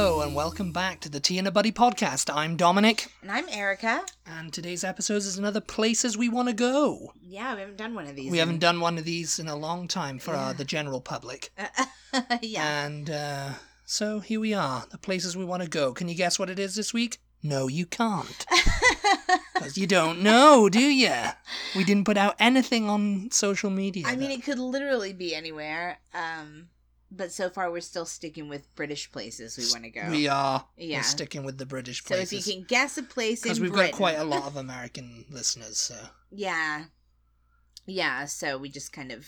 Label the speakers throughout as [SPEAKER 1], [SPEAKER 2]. [SPEAKER 1] welcome back to the Tea and a Buddy podcast. I'm Dominic,
[SPEAKER 2] And I'm Erica.
[SPEAKER 1] and today's episode is another Places We Want to Go.
[SPEAKER 2] Yeah, we haven't done one of these.
[SPEAKER 1] We haven't
[SPEAKER 2] in-
[SPEAKER 1] done one of these in a long time for uh,
[SPEAKER 2] Yeah.
[SPEAKER 1] the general public.
[SPEAKER 2] yeah.
[SPEAKER 1] And uh, so here we are, the places we want to go. Can you guess what it is this week? No, you can't. Because you don't know, do you? We didn't put out anything on social media.
[SPEAKER 2] I mean,
[SPEAKER 1] that-
[SPEAKER 2] it could literally be anywhere. Um, but so far, we're still sticking with British places we want to go.
[SPEAKER 1] we are we're
[SPEAKER 2] Yeah.
[SPEAKER 1] sticking with the British
[SPEAKER 2] so
[SPEAKER 1] places.
[SPEAKER 2] if you can guess a place in
[SPEAKER 1] because we've
[SPEAKER 2] Britain,
[SPEAKER 1] got quite a lot of American listeners, so
[SPEAKER 2] yeah, yeah. So we just kind of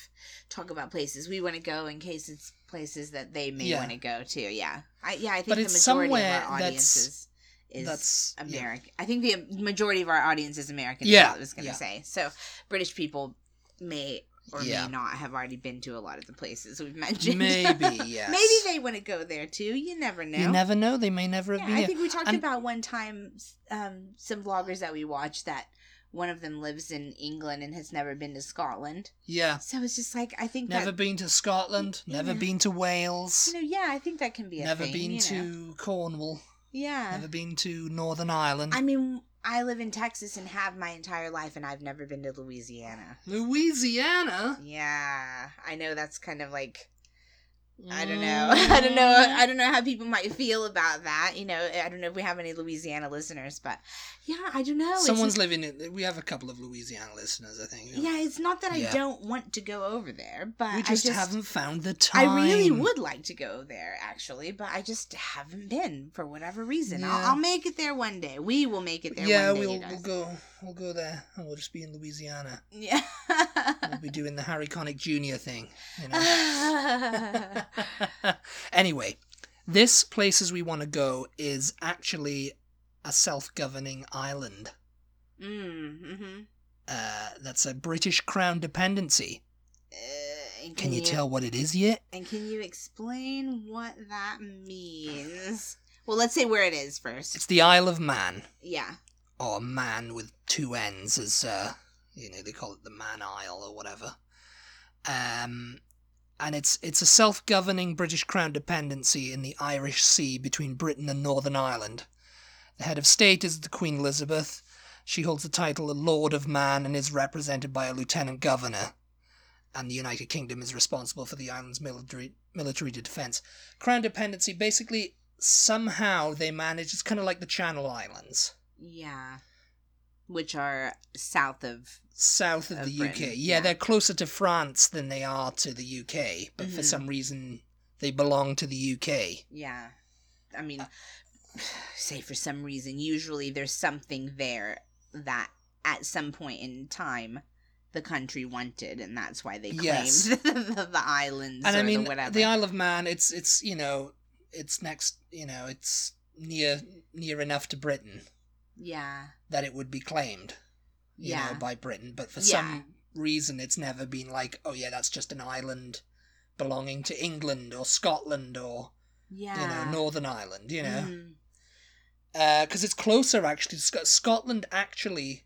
[SPEAKER 2] talk about places we want to go in case it's places that they may
[SPEAKER 1] Yeah.
[SPEAKER 2] want to go to. Yeah, I, yeah. I think
[SPEAKER 1] But
[SPEAKER 2] the
[SPEAKER 1] it's
[SPEAKER 2] majority
[SPEAKER 1] somewhere
[SPEAKER 2] of our
[SPEAKER 1] that's-
[SPEAKER 2] audiences is
[SPEAKER 1] that's yeah.
[SPEAKER 2] American. I think the majority of our audience is American.
[SPEAKER 1] Yeah,
[SPEAKER 2] Yeah, I was going to
[SPEAKER 1] yeah.
[SPEAKER 2] say. So British people may or
[SPEAKER 1] Yeah.
[SPEAKER 2] may not have already been to a lot of the places we've mentioned.
[SPEAKER 1] Maybe, yes.
[SPEAKER 2] Maybe they want to go there too. You never know.
[SPEAKER 1] You never know; they may never have
[SPEAKER 2] yeah,
[SPEAKER 1] been
[SPEAKER 2] I
[SPEAKER 1] here.
[SPEAKER 2] think we talked
[SPEAKER 1] And-
[SPEAKER 2] about one time um, some vloggers that we watched that one of them lives in England and has never been to Scotland.
[SPEAKER 1] yeah,
[SPEAKER 2] So it's just like I think
[SPEAKER 1] never
[SPEAKER 2] that
[SPEAKER 1] been to Scotland,
[SPEAKER 2] You
[SPEAKER 1] never
[SPEAKER 2] know.
[SPEAKER 1] been to Wales,
[SPEAKER 2] you know, yeah, I think that can be a
[SPEAKER 1] never
[SPEAKER 2] thing,
[SPEAKER 1] been
[SPEAKER 2] you
[SPEAKER 1] to
[SPEAKER 2] know.
[SPEAKER 1] Cornwall,
[SPEAKER 2] yeah.
[SPEAKER 1] never been to Northern Ireland,
[SPEAKER 2] I mean, I live in Texas and have my entire life, and I've never been to Louisiana.
[SPEAKER 1] Louisiana.
[SPEAKER 2] Yeah, I know that's kind of like I don't know. I don't know.
[SPEAKER 1] Mm. Mm-hmm.
[SPEAKER 2] I don't know how people might feel about that. You know, I don't know if we have any Louisiana listeners, but yeah, I don't know. It's
[SPEAKER 1] Someone's
[SPEAKER 2] just-
[SPEAKER 1] living in. We have a couple of Louisiana listeners, I think.
[SPEAKER 2] yeah, it's not that I
[SPEAKER 1] Yeah.
[SPEAKER 2] don't want to go over there, but
[SPEAKER 1] we just,
[SPEAKER 2] I just
[SPEAKER 1] haven't found the time.
[SPEAKER 2] I really would like to go there actually, but I just haven't been for whatever reason.
[SPEAKER 1] Yeah.
[SPEAKER 2] I'll, I'll make it there one day. We will make it there.
[SPEAKER 1] Yeah,
[SPEAKER 2] one day,
[SPEAKER 1] we'll,
[SPEAKER 2] you guys.
[SPEAKER 1] we'll go. We'll go there, and we'll just be in Louisiana.
[SPEAKER 2] Yeah.
[SPEAKER 1] We'll be doing the Harry Connick Jr. thing, you know.
[SPEAKER 2] Ah.
[SPEAKER 1] anyway, this places we want to go is actually a self-governing island.
[SPEAKER 2] mm, hmm
[SPEAKER 1] Uh, that's a British crown dependency.
[SPEAKER 2] Uh, and
[SPEAKER 1] Can you, tell what it is yet?
[SPEAKER 2] And can you explain what that means? Well, let's say where it is first.
[SPEAKER 1] It's the Isle of Man,
[SPEAKER 2] Yeah.
[SPEAKER 1] or "Oh, Man with two N's, as uh, you know they call it the Man Isle or whatever. Um, and it's it's a self-governing British crown dependency in the Irish Sea between Britain and Northern Ireland. The head of state is the Queen Elizabeth. She holds the title of Lord of Man and is represented by a lieutenant governor. And the United Kingdom is responsible for the island's military military defense. Crown dependency basically somehow they manage. It's kind of like the Channel Islands,
[SPEAKER 2] Yeah. Which are south of.
[SPEAKER 1] south of,
[SPEAKER 2] Of
[SPEAKER 1] the UK.
[SPEAKER 2] Britain,
[SPEAKER 1] Yeah,
[SPEAKER 2] yeah.
[SPEAKER 1] they're closer to France than they are to the UK, but for
[SPEAKER 2] Mhm.
[SPEAKER 1] some reason they belong to the UK.
[SPEAKER 2] Yeah. I mean, say for some reason, usually there's something there that at some point in time the country wanted, and that's why they claimed
[SPEAKER 1] Yes.
[SPEAKER 2] the, the, islands
[SPEAKER 1] and
[SPEAKER 2] or
[SPEAKER 1] I mean
[SPEAKER 2] the whatever.
[SPEAKER 1] the Isle of Man. It's it's you know it's next you know it's near near enough to Britain
[SPEAKER 2] yeah.
[SPEAKER 1] that it would be claimed you
[SPEAKER 2] Yeah.
[SPEAKER 1] know by Britain, but for
[SPEAKER 2] Yeah.
[SPEAKER 1] some reason it's never been like oh yeah that's just an island belonging to England or Scotland or you
[SPEAKER 2] yeah.
[SPEAKER 1] know Northern Ireland you know.
[SPEAKER 2] Mhm.
[SPEAKER 1] because Uh, it's closer actually. to Sc- Scotland actually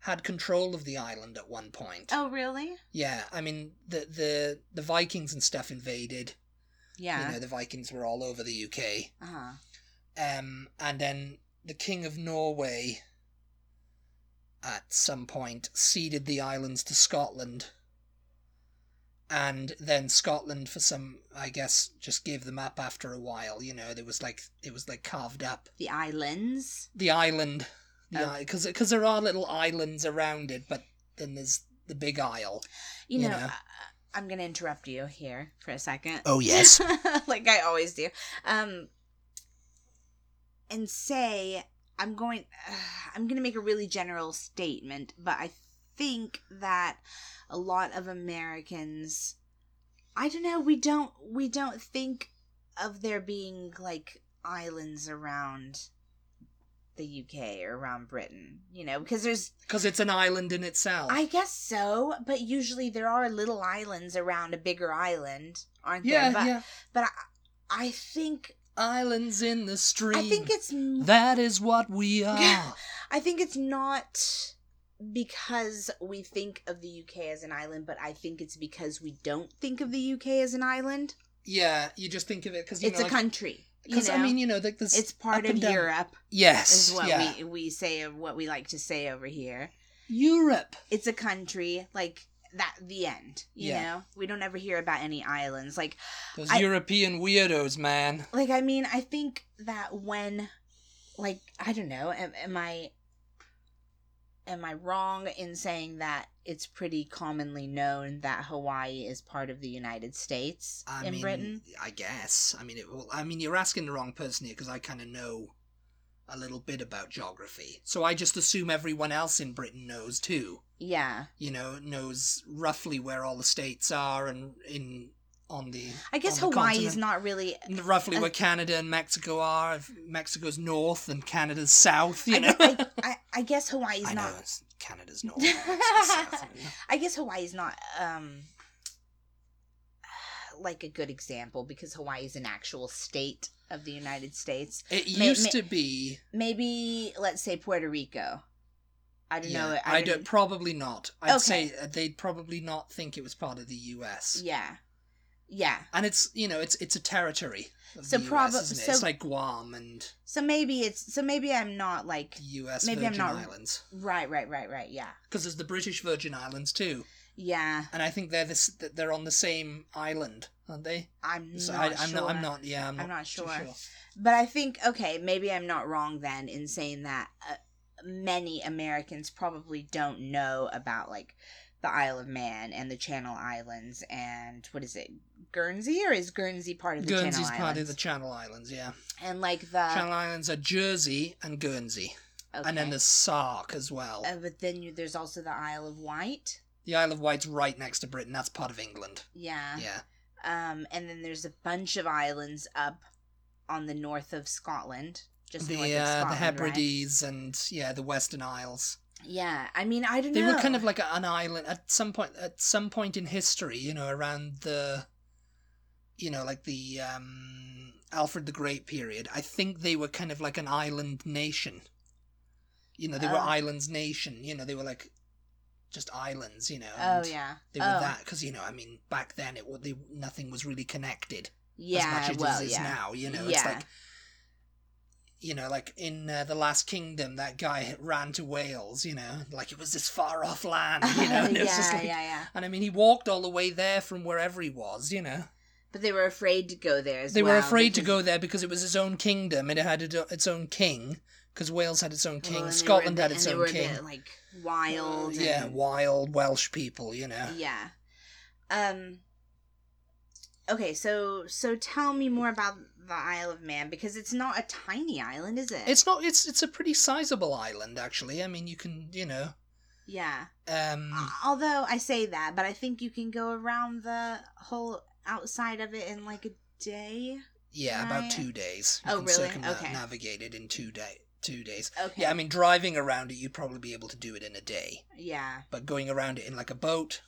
[SPEAKER 1] had control of the island at one point.
[SPEAKER 2] Oh, really?
[SPEAKER 1] Yeah, I mean the the the Vikings and stuff invaded.
[SPEAKER 2] Yeah.
[SPEAKER 1] You know, the Vikings were all over the UK.
[SPEAKER 2] uh-huh.
[SPEAKER 1] Um, and then the King of Norway at some point ceded the islands to Scotland. And then Scotland, for some, I guess, just gave them up after a while. You know, there was like it was like carved up.
[SPEAKER 2] The islands.
[SPEAKER 1] the island
[SPEAKER 2] Oh.
[SPEAKER 1] the because because there are little islands around it but then there's the big isle
[SPEAKER 2] You
[SPEAKER 1] you
[SPEAKER 2] know,
[SPEAKER 1] know?
[SPEAKER 2] I, I'm going to interrupt you here for a second.
[SPEAKER 1] Oh, yes.
[SPEAKER 2] like I always do. Um, and say I'm going. I'm going to make a really general statement, but I think that a lot of Americans, I don't know, we don't we don't think of there being like islands around the UK or around Britain, you know, because there's
[SPEAKER 1] because it's an island in itself
[SPEAKER 2] I guess so, but usually there are little islands around a bigger island, aren't
[SPEAKER 1] yeah
[SPEAKER 2] there? But,
[SPEAKER 1] yeah
[SPEAKER 2] but I, I think
[SPEAKER 1] islands in the stream
[SPEAKER 2] I think it's m-
[SPEAKER 1] that is what we are
[SPEAKER 2] I think it's not because we think of the UK as an island, but I think it's because we don't think of the UK as an island.
[SPEAKER 1] yeah you just think of it because you
[SPEAKER 2] it's
[SPEAKER 1] know
[SPEAKER 2] a
[SPEAKER 1] like,
[SPEAKER 2] country. You
[SPEAKER 1] Because
[SPEAKER 2] know,
[SPEAKER 1] I mean, you know, like this.
[SPEAKER 2] it's part
[SPEAKER 1] up
[SPEAKER 2] of
[SPEAKER 1] and down.
[SPEAKER 2] Europe,
[SPEAKER 1] Yes.
[SPEAKER 2] is what
[SPEAKER 1] yeah.
[SPEAKER 2] we we say what we like to say over here.
[SPEAKER 1] Europe.
[SPEAKER 2] It's a country like that. The end. You
[SPEAKER 1] Yeah.
[SPEAKER 2] know, we don't ever hear about any islands. Like
[SPEAKER 1] Those
[SPEAKER 2] I-
[SPEAKER 1] European weirdos, man.
[SPEAKER 2] like I mean, I think that when like I don't know, am, am I am I wrong in saying that it's pretty commonly known that Hawaii is part of the United States
[SPEAKER 1] I
[SPEAKER 2] in
[SPEAKER 1] mean,
[SPEAKER 2] Britain?
[SPEAKER 1] I guess. I mean, it, well, I mean, you're asking the wrong person here because I kind of know a little bit about geography, so I just assume everyone else in Britain knows too.
[SPEAKER 2] Yeah.
[SPEAKER 1] You know, knows roughly where all the states are and in on the
[SPEAKER 2] I guess
[SPEAKER 1] on the
[SPEAKER 2] Hawaii is
[SPEAKER 1] continent.
[SPEAKER 2] not really
[SPEAKER 1] roughly
[SPEAKER 2] uh,
[SPEAKER 1] where Canada and Mexico are. If Mexico's north and Canada's south. You
[SPEAKER 2] I,
[SPEAKER 1] know.
[SPEAKER 2] gu- I, I, I guess Hawaii's
[SPEAKER 1] I know
[SPEAKER 2] not
[SPEAKER 1] it's Canada's north. and Mexico's south, you know.
[SPEAKER 2] I guess Hawaii's not um like a good example because Hawaii is an actual state of the United States.
[SPEAKER 1] It
[SPEAKER 2] May-
[SPEAKER 1] used
[SPEAKER 2] may-
[SPEAKER 1] to be.
[SPEAKER 2] maybe let's say Puerto Rico. I don't
[SPEAKER 1] yeah,
[SPEAKER 2] know.
[SPEAKER 1] I, don't. Probably not. I'd
[SPEAKER 2] Okay.
[SPEAKER 1] say uh, they'd probably not think it was part of the U.S.
[SPEAKER 2] Yeah, yeah.
[SPEAKER 1] And it's you know it's it's a territory. Of
[SPEAKER 2] So
[SPEAKER 1] the US,
[SPEAKER 2] proba-
[SPEAKER 1] isn't it?
[SPEAKER 2] so-
[SPEAKER 1] it's like Guam and
[SPEAKER 2] So maybe it's so maybe I'm not like
[SPEAKER 1] the U.S.
[SPEAKER 2] Maybe I'm
[SPEAKER 1] Virgin
[SPEAKER 2] not-
[SPEAKER 1] Islands
[SPEAKER 2] right, right, right, right. Yeah,
[SPEAKER 1] because there's the British Virgin Islands too,
[SPEAKER 2] yeah.
[SPEAKER 1] and I think they're this that they're on the same island, aren't they?
[SPEAKER 2] I'm
[SPEAKER 1] So
[SPEAKER 2] not
[SPEAKER 1] I, I'm
[SPEAKER 2] sure.
[SPEAKER 1] not. I'm not. Yeah, I'm,
[SPEAKER 2] I'm not
[SPEAKER 1] too
[SPEAKER 2] sure. But I think okay, maybe I'm not wrong then in saying that uh, many Americans probably don't know about like the Isle of Man and the Channel Islands and what is it Guernsey or is Guernsey part of the
[SPEAKER 1] Guernsey's
[SPEAKER 2] Channel
[SPEAKER 1] part
[SPEAKER 2] Islands?
[SPEAKER 1] of the Channel Islands. Yeah,
[SPEAKER 2] and like the
[SPEAKER 1] Channel Islands are Jersey and Guernsey, and then
[SPEAKER 2] Uh, okay.
[SPEAKER 1] there's Sark as well.
[SPEAKER 2] Uh, but then you, there's also the Isle of Wight.
[SPEAKER 1] the Isle of Wight's right next to Britain. That's part of England.
[SPEAKER 2] Yeah.
[SPEAKER 1] Yeah.
[SPEAKER 2] Um, and then there's a bunch of islands up on the north of Scotland, just north
[SPEAKER 1] the
[SPEAKER 2] of
[SPEAKER 1] uh,
[SPEAKER 2] Scotland,
[SPEAKER 1] the
[SPEAKER 2] right?
[SPEAKER 1] Hebrides and yeah, the Western Isles.
[SPEAKER 2] Yeah, I mean, I don't
[SPEAKER 1] They
[SPEAKER 2] know.
[SPEAKER 1] were kind of like an island at some point. At some point in history, you know, around the, you know, like the um, Alfred the Great period. I think they were kind of like an island nation. You know, they were
[SPEAKER 2] Oh.
[SPEAKER 1] islands nation. You know, they were like just islands. You know,
[SPEAKER 2] oh
[SPEAKER 1] and
[SPEAKER 2] yeah,
[SPEAKER 1] they were
[SPEAKER 2] oh,
[SPEAKER 1] that because you know, I mean, back then it wa- they nothing was really connected as
[SPEAKER 2] yeah.
[SPEAKER 1] much as
[SPEAKER 2] well,
[SPEAKER 1] it is
[SPEAKER 2] yeah.
[SPEAKER 1] now. You know, it's
[SPEAKER 2] Yeah.
[SPEAKER 1] like you know, like in uh, the Last Kingdom, that guy had ran to Wales. You know, like it was this far off land. You know, and it
[SPEAKER 2] Uh-huh, yeah,
[SPEAKER 1] was just like,
[SPEAKER 2] yeah, yeah.
[SPEAKER 1] and I mean, he walked all the way there from wherever he was. You know,
[SPEAKER 2] But they were afraid to go there. As
[SPEAKER 1] they were
[SPEAKER 2] well
[SPEAKER 1] afraid to go
[SPEAKER 2] because-
[SPEAKER 1] there because it was his own kingdom and it had it- its own king. Because Wales had its own
[SPEAKER 2] well,
[SPEAKER 1] king,
[SPEAKER 2] and they were a
[SPEAKER 1] Scotland
[SPEAKER 2] bit-
[SPEAKER 1] had its
[SPEAKER 2] and they
[SPEAKER 1] own
[SPEAKER 2] were a
[SPEAKER 1] king.
[SPEAKER 2] bit, like wild.
[SPEAKER 1] yeah,
[SPEAKER 2] and-
[SPEAKER 1] wild Welsh people. You know,
[SPEAKER 2] Yeah. Um Okay, so so tell me more about the Isle of Man because it's not a tiny island, is it?
[SPEAKER 1] it's not. It's it's a pretty sizable island, actually. I mean, you can you know,
[SPEAKER 2] Yeah.
[SPEAKER 1] um,
[SPEAKER 2] Although I say that, but I think you can go around the whole outside of it in like a day.
[SPEAKER 1] Yeah, about
[SPEAKER 2] Right.
[SPEAKER 1] two days. You
[SPEAKER 2] Oh,
[SPEAKER 1] can
[SPEAKER 2] really? Okay.
[SPEAKER 1] Circumnavigate it in two day two days.
[SPEAKER 2] Okay.
[SPEAKER 1] Yeah, I mean driving around it, you'd probably be able to do it in a day,
[SPEAKER 2] Yeah.
[SPEAKER 1] but going around it in like a boat,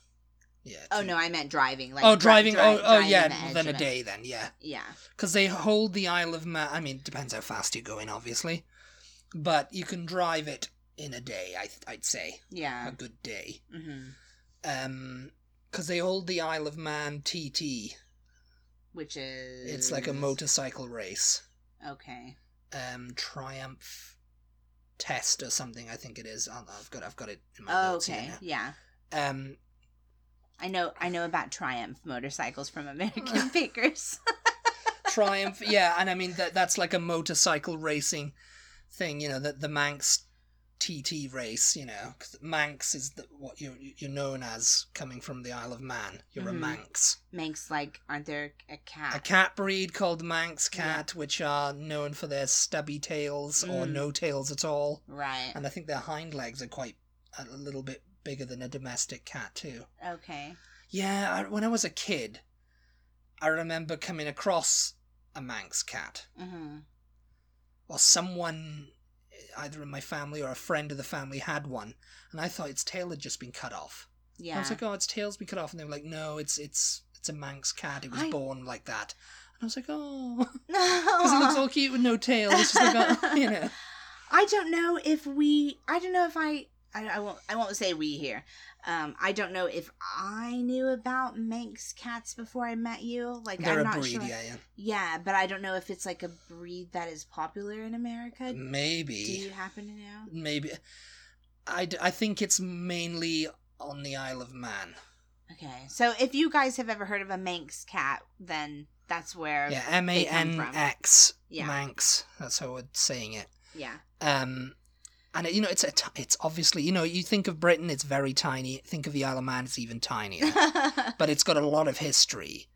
[SPEAKER 1] yeah.
[SPEAKER 2] Oh
[SPEAKER 1] two-
[SPEAKER 2] no, I meant driving. Like
[SPEAKER 1] oh,
[SPEAKER 2] dri-
[SPEAKER 1] driving.
[SPEAKER 2] dri-
[SPEAKER 1] oh, oh,
[SPEAKER 2] driving
[SPEAKER 1] yeah.
[SPEAKER 2] the edge
[SPEAKER 1] then
[SPEAKER 2] of
[SPEAKER 1] a
[SPEAKER 2] it.
[SPEAKER 1] day. Then yeah,
[SPEAKER 2] Yeah.
[SPEAKER 1] because they hold the Isle of Man. I mean, it depends how fast you're going, obviously, but you can drive it in a day. I th- I'd say
[SPEAKER 2] Yeah.
[SPEAKER 1] a good day.
[SPEAKER 2] hmm
[SPEAKER 1] Um, because they hold the Isle of Man TT.
[SPEAKER 2] Which is
[SPEAKER 1] It's like a motorcycle race.
[SPEAKER 2] Okay.
[SPEAKER 1] um triumph test or something i think it is Oh, i've got i've got it in my
[SPEAKER 2] Oh,
[SPEAKER 1] notes
[SPEAKER 2] okay.
[SPEAKER 1] here
[SPEAKER 2] Yeah.
[SPEAKER 1] now. um
[SPEAKER 2] I know I know about Triumph motorcycles from American Bakers.
[SPEAKER 1] triumph yeah and i mean that that's like a motorcycle racing thing you know that the manx tt race you know 'cause manx is the, what you're you're known as coming from the isle of man you're
[SPEAKER 2] Mhm.
[SPEAKER 1] a manx
[SPEAKER 2] Manx like aren't there a cat?
[SPEAKER 1] a cat breed called manx
[SPEAKER 2] Yeah.
[SPEAKER 1] cat which are known for their stubby tails or
[SPEAKER 2] Mm.
[SPEAKER 1] no tails at all
[SPEAKER 2] Right.
[SPEAKER 1] and i think their hind legs are quite a little bit bigger than a domestic cat too
[SPEAKER 2] Okay.
[SPEAKER 1] Yeah, I, when I was a kid, I remember coming across a Manx cat,
[SPEAKER 2] hmm
[SPEAKER 1] or someone, eh, either in my family or a friend of the family, had one, and I thought its tail had just been cut off.
[SPEAKER 2] Yeah.
[SPEAKER 1] I was like, "Oh, its tail's been cut off," and they were like, "No, it's it's it's a Manx cat. It was
[SPEAKER 2] I-
[SPEAKER 1] born like that." And I was like, "Oh, because it looks
[SPEAKER 2] no.
[SPEAKER 1] all cute with no tail." It's just like, oh, you know,
[SPEAKER 2] I don't know if we. I don't know if I I, I won't. I won't say we here. Um, I don't know if I knew about Manx cats before I met you. Like
[SPEAKER 1] They're
[SPEAKER 2] I'm
[SPEAKER 1] a
[SPEAKER 2] not
[SPEAKER 1] breed,
[SPEAKER 2] sure.
[SPEAKER 1] yeah, yeah.
[SPEAKER 2] Yeah, but I don't know if it's like a breed that is popular in America.
[SPEAKER 1] Mm,
[SPEAKER 2] Do
[SPEAKER 1] Maybe,
[SPEAKER 2] you happen to know?
[SPEAKER 1] maybe. I, d- I think it's mainly on the Isle of Man.
[SPEAKER 2] Okay, so if you guys have ever heard of a Manx cat, then that's where.
[SPEAKER 1] Yeah, M A N X.
[SPEAKER 2] Yeah.
[SPEAKER 1] Manx. That's how we're saying it.
[SPEAKER 2] yeah.
[SPEAKER 1] Um, and it, you know, it's a t- it's obviously you know you think of Britain, it's very tiny. Think of the Isle of Man, it's even tinier. but it's got a lot of history.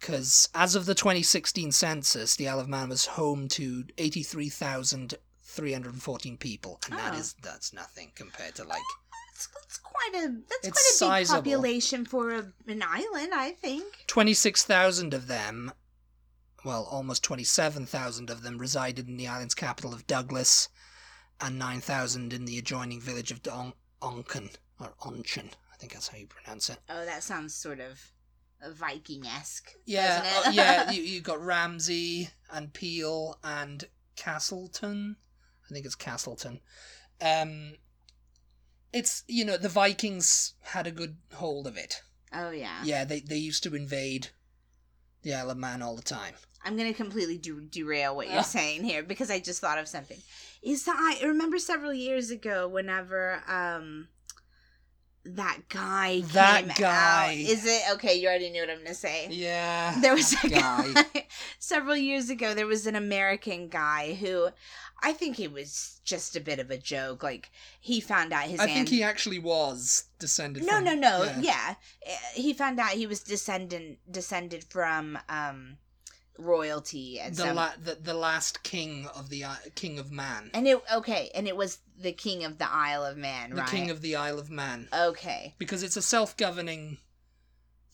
[SPEAKER 1] Because as of the 2016 census, the Isle of Man was home to 83,314 people, and that
[SPEAKER 2] Oh.
[SPEAKER 1] is that's nothing compared to like
[SPEAKER 2] That's, that's quite a that's
[SPEAKER 1] It's
[SPEAKER 2] quite a
[SPEAKER 1] sizable.
[SPEAKER 2] big population for a, an island, I think.
[SPEAKER 1] 26,000 of them. Well, almost 27,000 of them resided in the island's capital of Douglas, and 9,000 in the adjoining village of Don- Onken, or Onchen, I think that's how you pronounce it.
[SPEAKER 2] Oh, that sounds sort of Viking esque.
[SPEAKER 1] Yeah,
[SPEAKER 2] doesn't it?
[SPEAKER 1] uh, yeah. You you got Ramsey and Peel and Castleton. I think it's Castleton. Um, it's you know the Vikings had a good hold of it.
[SPEAKER 2] oh yeah.
[SPEAKER 1] Yeah, they they used to invade the Isle of Man all the time.
[SPEAKER 2] I'm gonna completely de- derail what
[SPEAKER 1] Ah.
[SPEAKER 2] you're saying here because I just thought of something. Is that I remember several years ago whenever um that guy
[SPEAKER 1] That
[SPEAKER 2] came
[SPEAKER 1] guy.
[SPEAKER 2] out. Is it okay? You already knew what I'm gonna say.
[SPEAKER 1] Yeah,
[SPEAKER 2] there was
[SPEAKER 1] that
[SPEAKER 2] a guy several years ago there was an american guy who i think he was just a bit of a joke like he found out his
[SPEAKER 1] I
[SPEAKER 2] aunt-
[SPEAKER 1] think he actually was descended.
[SPEAKER 2] no
[SPEAKER 1] from,
[SPEAKER 2] no no yeah. Uh, he found out he was descendant descended from um royalty and
[SPEAKER 1] The,
[SPEAKER 2] some
[SPEAKER 1] la- the the last king of the I king of man,
[SPEAKER 2] and it okay and it was the king of the isle of man
[SPEAKER 1] the
[SPEAKER 2] right
[SPEAKER 1] king of the Isle of Man.
[SPEAKER 2] okay
[SPEAKER 1] because it's a self-governing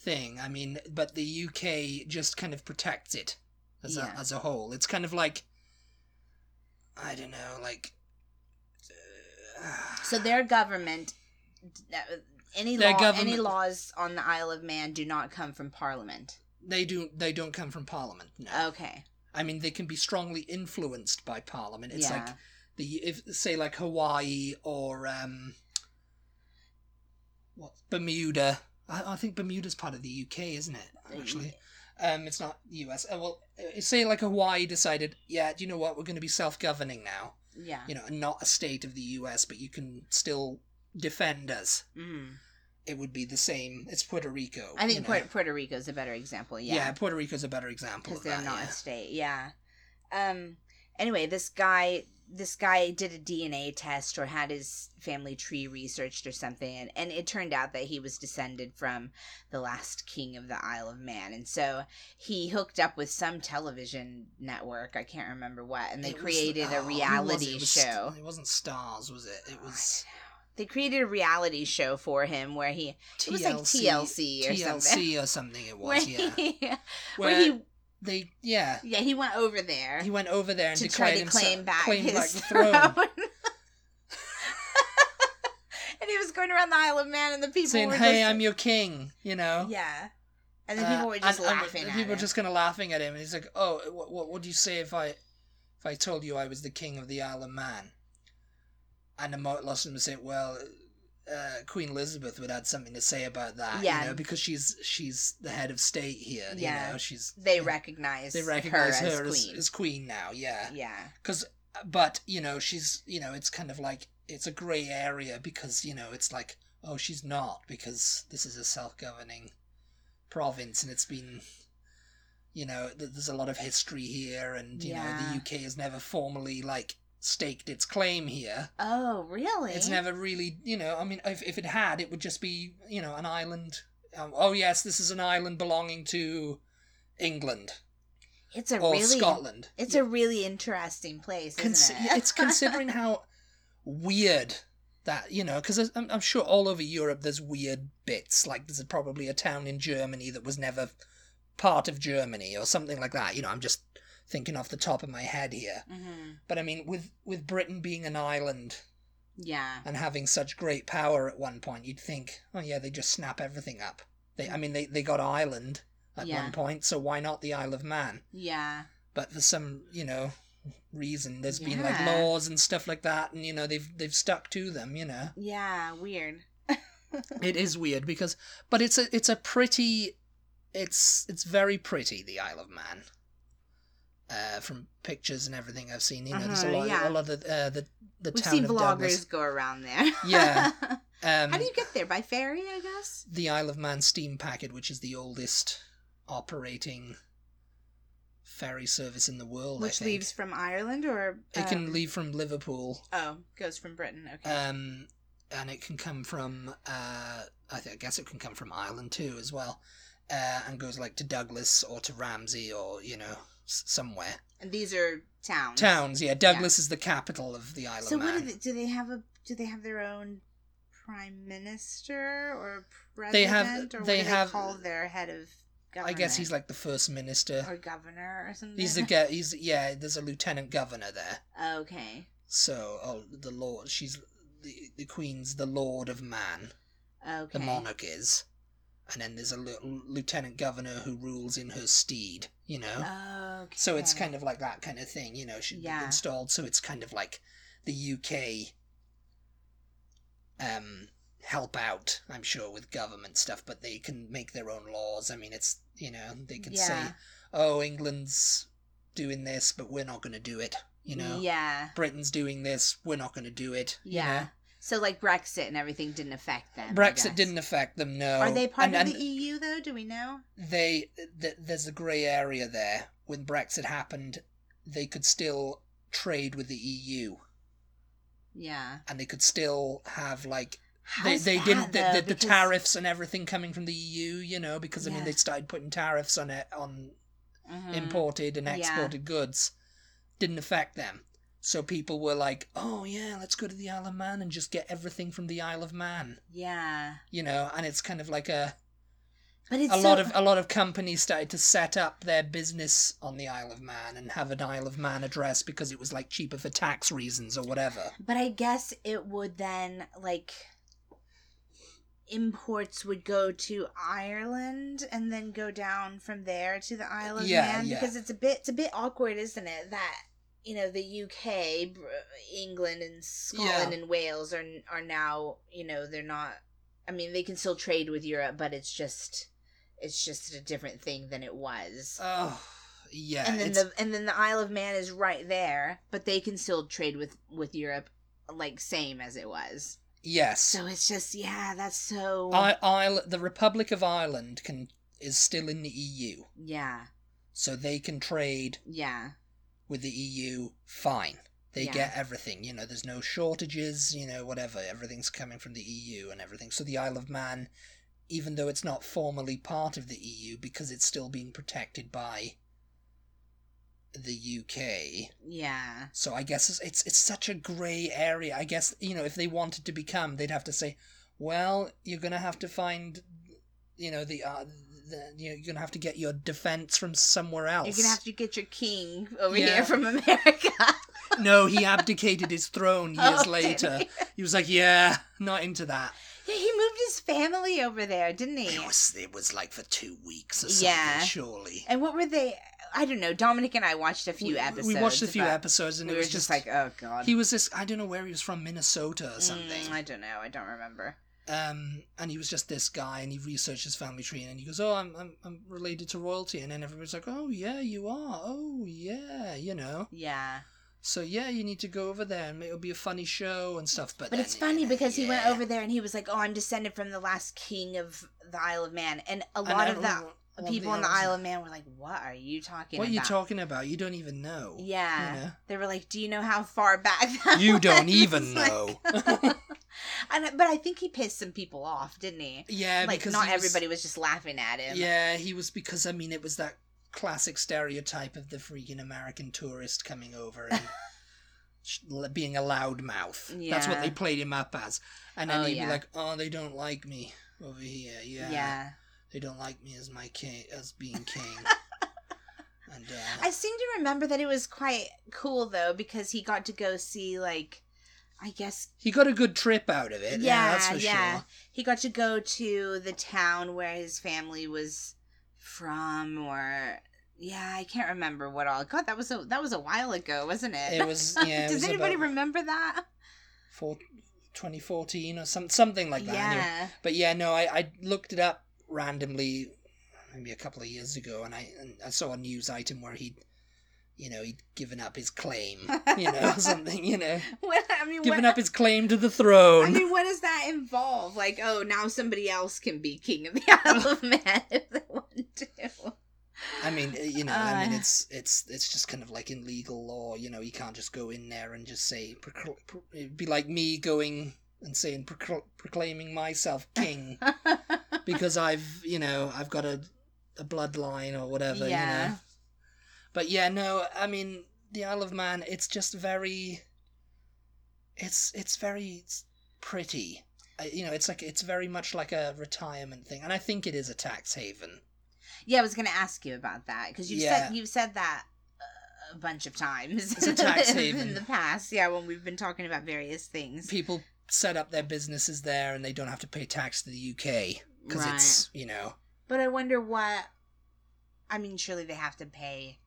[SPEAKER 1] thing. I mean, but the UK just kind of protects it as
[SPEAKER 2] Yeah.
[SPEAKER 1] a as a whole. It's kind of like I don't know, like uh,
[SPEAKER 2] so their government uh, any
[SPEAKER 1] Their
[SPEAKER 2] law any
[SPEAKER 1] government-
[SPEAKER 2] laws on the isle of man do not come from parliament
[SPEAKER 1] they do they don't come from parliament. No,
[SPEAKER 2] okay
[SPEAKER 1] I mean they can be strongly influenced by parliament. It's
[SPEAKER 2] yeah.
[SPEAKER 1] like the if say like Hawaii or um what Bermuda. I, I think Bermuda's part of the UK, isn't it?
[SPEAKER 2] Mm.
[SPEAKER 1] Actually. Um, it's not U.S. Uh, well, uh, say like Hawaii decided, yeah, do you know what? We're going to be self-governing now.
[SPEAKER 2] yeah
[SPEAKER 1] You know, and not a state of the U.S., but you can still defend us.
[SPEAKER 2] Mm.
[SPEAKER 1] It would be the same. It's Puerto Rico.
[SPEAKER 2] I think
[SPEAKER 1] you know.
[SPEAKER 2] Puerto, Puerto Rico is a better example.
[SPEAKER 1] yeah.
[SPEAKER 2] Yeah,
[SPEAKER 1] Puerto Rico's a better example
[SPEAKER 2] because
[SPEAKER 1] of
[SPEAKER 2] they're
[SPEAKER 1] that.
[SPEAKER 2] not
[SPEAKER 1] yeah.
[SPEAKER 2] a state. Yeah. Um. Anyway, this guy, this guy did a DNA test or had his family tree researched or something, and, and it turned out that he was descended from the last king of the Isle of Man, and so he hooked up with some television network. I can't remember what, and they
[SPEAKER 1] It was-
[SPEAKER 2] created
[SPEAKER 1] oh,
[SPEAKER 2] a
[SPEAKER 1] who was it?
[SPEAKER 2] reality
[SPEAKER 1] It was st-
[SPEAKER 2] show.
[SPEAKER 1] it wasn't Stars, was it? It was
[SPEAKER 2] They created a reality show for him where he
[SPEAKER 1] TLC.
[SPEAKER 2] it was like TLC or something.
[SPEAKER 1] TLC or something. It
[SPEAKER 2] Where
[SPEAKER 1] was yeah.
[SPEAKER 2] he-
[SPEAKER 1] Where,
[SPEAKER 2] where he
[SPEAKER 1] they yeah
[SPEAKER 2] Yeah, he went over there
[SPEAKER 1] he went over there and
[SPEAKER 2] to
[SPEAKER 1] declared
[SPEAKER 2] try to
[SPEAKER 1] himself,
[SPEAKER 2] claim back
[SPEAKER 1] claim
[SPEAKER 2] his
[SPEAKER 1] back the
[SPEAKER 2] throne.
[SPEAKER 1] throne.
[SPEAKER 2] and he was going around the Isle of Man, and the people
[SPEAKER 1] saying,
[SPEAKER 2] were
[SPEAKER 1] "Hey,
[SPEAKER 2] just,
[SPEAKER 1] I'm your king," you know.
[SPEAKER 2] yeah, and
[SPEAKER 1] Uh,
[SPEAKER 2] then people were just
[SPEAKER 1] and- and
[SPEAKER 2] laughing at
[SPEAKER 1] People were
[SPEAKER 2] him.
[SPEAKER 1] just kind of laughing at him, and he's like, "Oh, what what would you say if I if I told you I was the king of the Isle of Man?" And the Mort Lawson would say, "Well." Uh, Queen Elizabeth would had something to say about that,
[SPEAKER 2] Yeah.
[SPEAKER 1] you know, because she's she's the head of state here.
[SPEAKER 2] Yeah.
[SPEAKER 1] you know, she's
[SPEAKER 2] they recognize
[SPEAKER 1] they recognize her, as,
[SPEAKER 2] queen.
[SPEAKER 1] as queen now, yeah.
[SPEAKER 2] yeah,
[SPEAKER 1] Because, but you know, she's you know, it's kind of like it's a grey area because you know it's like oh she's not because this is a self-governing province and it's been you know th- there's a lot of history here and you know
[SPEAKER 2] Yeah.
[SPEAKER 1] the UK has never formally like staked its claim here.
[SPEAKER 2] oh really?
[SPEAKER 1] It's never really you know I mean if if it had it would just be you know an island. Um, oh yes, this is an island belonging to England
[SPEAKER 2] It's a
[SPEAKER 1] or
[SPEAKER 2] really
[SPEAKER 1] Scotland.
[SPEAKER 2] it's a really interesting place, isn't
[SPEAKER 1] Consi-
[SPEAKER 2] it?
[SPEAKER 1] it's considering how weird that you know because I'm, I'm sure all over europe there's weird bits like there's probably a town in germany that was never part of germany or something like that you know i'm just thinking off the top of my head here
[SPEAKER 2] Mhm.
[SPEAKER 1] but i mean with with britain being an island
[SPEAKER 2] Yeah,
[SPEAKER 1] and having such great power at one point you'd think oh yeah they just snap everything up they i mean they, they got ireland at
[SPEAKER 2] Yeah.
[SPEAKER 1] one point so why not the isle of man
[SPEAKER 2] yeah.
[SPEAKER 1] but for some you know reason. There's been like
[SPEAKER 2] Yeah.
[SPEAKER 1] laws and stuff like that, and you know they've they've stuck to them. You know,
[SPEAKER 2] Yeah, weird.
[SPEAKER 1] it is weird because, but it's a it's a pretty, it's it's very pretty the Isle of Man. Uh, from pictures and everything I've seen, you know, there's a
[SPEAKER 2] Uh-huh,
[SPEAKER 1] lot, a
[SPEAKER 2] yeah.
[SPEAKER 1] lot of the uh, the the
[SPEAKER 2] We've
[SPEAKER 1] town
[SPEAKER 2] seen
[SPEAKER 1] of Douglas.
[SPEAKER 2] vloggers go around there.
[SPEAKER 1] Yeah. Um,
[SPEAKER 2] How do you get there? By ferry, I guess?
[SPEAKER 1] the Isle of Man steam packet, which is the oldest operating ferry service in the world. I
[SPEAKER 2] Which
[SPEAKER 1] think.
[SPEAKER 2] leaves from Ireland or.
[SPEAKER 1] it can
[SPEAKER 2] um,
[SPEAKER 1] leave from Liverpool,
[SPEAKER 2] Oh, goes from Britain. Okay.
[SPEAKER 1] um, and it can come from. Uh, I, th- I guess it can come from Ireland too, as well, uh, and goes like to Douglas or to Ramsey or you know s- somewhere
[SPEAKER 2] and these are towns.
[SPEAKER 1] towns. Yeah, Douglas is the capital of the Isle
[SPEAKER 2] Mm. So
[SPEAKER 1] of Man.
[SPEAKER 2] what do they, do they have a do they have their own prime minister or president
[SPEAKER 1] They have-
[SPEAKER 2] or
[SPEAKER 1] they
[SPEAKER 2] what do
[SPEAKER 1] have-
[SPEAKER 2] they call their head of
[SPEAKER 1] I
[SPEAKER 2] government?
[SPEAKER 1] guess he's like the first minister.
[SPEAKER 2] or governor or something.
[SPEAKER 1] He's the ge- he's yeah. There's a lieutenant governor there.
[SPEAKER 2] okay.
[SPEAKER 1] So, oh, the Lord, she's the, the Queen's the Lord of Man, the
[SPEAKER 2] Okay.
[SPEAKER 1] monarch is, and then there's a l- lieutenant governor who rules in her steed. You know,
[SPEAKER 2] Okay.
[SPEAKER 1] so it's kind of like that kind of thing. You know, she
[SPEAKER 2] Yeah.
[SPEAKER 1] installed, so it's kind of like the UK. Um, help out, I'm sure, with government stuff, but they can make their own laws. I mean, it's you know they can say,
[SPEAKER 2] Yeah.
[SPEAKER 1] oh, England's doing this, but we're not going to do it. You know,
[SPEAKER 2] Yeah.
[SPEAKER 1] Britain's doing this, we're not going to do it. you
[SPEAKER 2] Yeah.
[SPEAKER 1] know?
[SPEAKER 2] So like Brexit and everything didn't affect them. I
[SPEAKER 1] Brexit
[SPEAKER 2] guess.
[SPEAKER 1] didn't affect them, no.
[SPEAKER 2] Are they part
[SPEAKER 1] and,
[SPEAKER 2] of
[SPEAKER 1] and
[SPEAKER 2] the E- EU though? Do we know?
[SPEAKER 1] They, th- there's a grey area there. When Brexit happened, they could still trade with the E EU
[SPEAKER 2] Yeah.
[SPEAKER 1] and they could still have like they,
[SPEAKER 2] How's
[SPEAKER 1] they
[SPEAKER 2] that,
[SPEAKER 1] didn't the,
[SPEAKER 2] though?
[SPEAKER 1] the, the
[SPEAKER 2] Because-
[SPEAKER 1] tariffs and everything coming from the EU you know because I mean
[SPEAKER 2] Yeah.
[SPEAKER 1] they started putting tariffs on it on
[SPEAKER 2] Mhm.
[SPEAKER 1] imported and
[SPEAKER 2] Yeah.
[SPEAKER 1] exported goods didn't affect them. So people were like, "Oh yeah, let's go to the Isle of Man and just get everything from the Isle of Man,"
[SPEAKER 2] Yeah.
[SPEAKER 1] you know. And it's kind of like a
[SPEAKER 2] But it's
[SPEAKER 1] a
[SPEAKER 2] so-
[SPEAKER 1] lot of a lot of companies started to set up their business on the Isle of Man and have an Isle of Man address because it was like cheaper for tax reasons or whatever.
[SPEAKER 2] But I guess it would then like imports would go to Ireland and then go down from there to the Isle of
[SPEAKER 1] Yeah,
[SPEAKER 2] Man
[SPEAKER 1] yeah.
[SPEAKER 2] because it's a bit it's a bit awkward, isn't it? That you know the UK, Br- England, and Scotland and Wales are are now you know they're not. I mean, they can still trade with Europe, but it's just it's just a different thing than it was.
[SPEAKER 1] Oh yeah,
[SPEAKER 2] and then
[SPEAKER 1] it's-
[SPEAKER 2] the and then the Isle of Man is right there, but they can still trade with with Europe like same as it was.
[SPEAKER 1] yes.
[SPEAKER 2] So it's just yeah, that's so
[SPEAKER 1] I, Isle, the Republic of Ireland can is still in the EU,
[SPEAKER 2] yeah
[SPEAKER 1] so they can trade
[SPEAKER 2] yeah
[SPEAKER 1] with the EU, fine. They
[SPEAKER 2] Yeah.
[SPEAKER 1] get everything, you know, there's no shortages, you know, whatever. Everything's coming from the EU and everything. So the Isle of Man, even though it's not formally part of the EU, because it's still being protected by the UK.
[SPEAKER 2] yeah
[SPEAKER 1] So I guess it's it's, it's such a grey area. I guess, you know, if they wanted to become, they'd have to say, well, you're going to have to find, you know, the, uh, the you know, you're going to have to get your defence from somewhere else.
[SPEAKER 2] you're gonna have to get your king over
[SPEAKER 1] Yeah.
[SPEAKER 2] here from America
[SPEAKER 1] No, he abdicated his throne years
[SPEAKER 2] Oh, did
[SPEAKER 1] later.
[SPEAKER 2] he?
[SPEAKER 1] He was like, "Yeah, not into that."
[SPEAKER 2] yeah he moved his family over there didn't he
[SPEAKER 1] It was it was like for two weeks or something.
[SPEAKER 2] Yeah.
[SPEAKER 1] Surely.
[SPEAKER 2] and what were they I don't know Dominic and I watched a few
[SPEAKER 1] We-
[SPEAKER 2] episodes
[SPEAKER 1] We watched a few
[SPEAKER 2] but
[SPEAKER 1] episodes, and
[SPEAKER 2] we
[SPEAKER 1] it
[SPEAKER 2] were
[SPEAKER 1] was
[SPEAKER 2] just, like oh god
[SPEAKER 1] he was this. I don't know where he was from, Minnesota or
[SPEAKER 2] Mm,
[SPEAKER 1] something.
[SPEAKER 2] I don't know I don't remember
[SPEAKER 1] um, and he was just this guy, and he researched his family tree, and he goes, "Oh, I'm I'm, I'm related to royalty," and then everybody's like, "Oh yeah, you are. Oh yeah, you know."
[SPEAKER 2] yeah
[SPEAKER 1] So yeah, you need to go over there, and it'll be a funny show and stuff. But
[SPEAKER 2] But
[SPEAKER 1] then,
[SPEAKER 2] it's funny because he went
[SPEAKER 1] yeah.
[SPEAKER 2] over there and he was like, "Oh, I'm descended from the last king of the Isle of Man," and a
[SPEAKER 1] And
[SPEAKER 2] lot of
[SPEAKER 1] everyone-
[SPEAKER 2] the
[SPEAKER 1] all
[SPEAKER 2] people on the
[SPEAKER 1] others-
[SPEAKER 2] Isle of Man were like, "What are you talking
[SPEAKER 1] What are
[SPEAKER 2] about?"
[SPEAKER 1] you talking about? You don't even know.
[SPEAKER 2] Yeah,
[SPEAKER 1] You know?
[SPEAKER 2] they were like, "Do you know how far back?" That
[SPEAKER 1] You don't
[SPEAKER 2] was?"
[SPEAKER 1] even
[SPEAKER 2] Like-
[SPEAKER 1] know.
[SPEAKER 2] and I- but I think he pissed some people off, didn't he?
[SPEAKER 1] Yeah,
[SPEAKER 2] like
[SPEAKER 1] because
[SPEAKER 2] not
[SPEAKER 1] he was-
[SPEAKER 2] everybody was just laughing at him.
[SPEAKER 1] Yeah, he was because I mean it was that classic stereotype of the freaking American tourist coming over and sh- l- being a loudmouth. That's what
[SPEAKER 2] Yeah.
[SPEAKER 1] they played him up as, and then
[SPEAKER 2] Oh,
[SPEAKER 1] he'd
[SPEAKER 2] yeah.
[SPEAKER 1] be like, "Oh, they don't like me over here. Yeah,
[SPEAKER 2] yeah.
[SPEAKER 1] they don't like me as my king, as being king." and uh,
[SPEAKER 2] I seem to remember that it was quite cool though because he got to go see like, I guess
[SPEAKER 1] he got a good trip out of it. Yeah, that's for sure.
[SPEAKER 2] He got to go to the town where his family was from, or Yeah, I can't remember what all. God, that was a that was a while ago, wasn't it?
[SPEAKER 1] It was- yeah, it
[SPEAKER 2] Does
[SPEAKER 1] was
[SPEAKER 2] anybody
[SPEAKER 1] about-
[SPEAKER 2] remember that?
[SPEAKER 1] For 2014 or some, something like that. anyway.
[SPEAKER 2] yeah.
[SPEAKER 1] But yeah, no, I, I looked it up randomly maybe a couple of years ago and I and I saw a news item where he'd you know, he'd given up his claim. You know, something, you know.
[SPEAKER 2] What, I mean,
[SPEAKER 1] Given
[SPEAKER 2] what,
[SPEAKER 1] up his claim to the
[SPEAKER 2] I
[SPEAKER 1] throne.
[SPEAKER 2] mean, what does that involve? Like, oh, now somebody else can be king of the Isle of Man if they want to.
[SPEAKER 1] I mean, uh, you know, I mean,
[SPEAKER 2] Uh.
[SPEAKER 1] it's it's it's just kind of like in legal law. You know, you can't just go in there and just say procl- pro- it'd be like me going and saying procl- proclaiming myself king because I've you know I've got a a bloodline or whatever. You know?
[SPEAKER 2] Yeah.
[SPEAKER 1] But yeah, no, I mean, the Isle of Man, it's just very. It's it's very s- pretty. Uh, You know, it's like it's very much like a retirement thing, and I think it is a tax haven.
[SPEAKER 2] yeah, I was gonna ask you about that because you've
[SPEAKER 1] Yeah.
[SPEAKER 2] said you've said that uh, a bunch of times
[SPEAKER 1] It's a tax haven.
[SPEAKER 2] in the past. Yeah, when we've been talking about various things.
[SPEAKER 1] people set up their businesses there and they don't have to pay tax to the UK because
[SPEAKER 2] Right.
[SPEAKER 1] it's you know
[SPEAKER 2] But I wonder what. I mean, surely they have to pay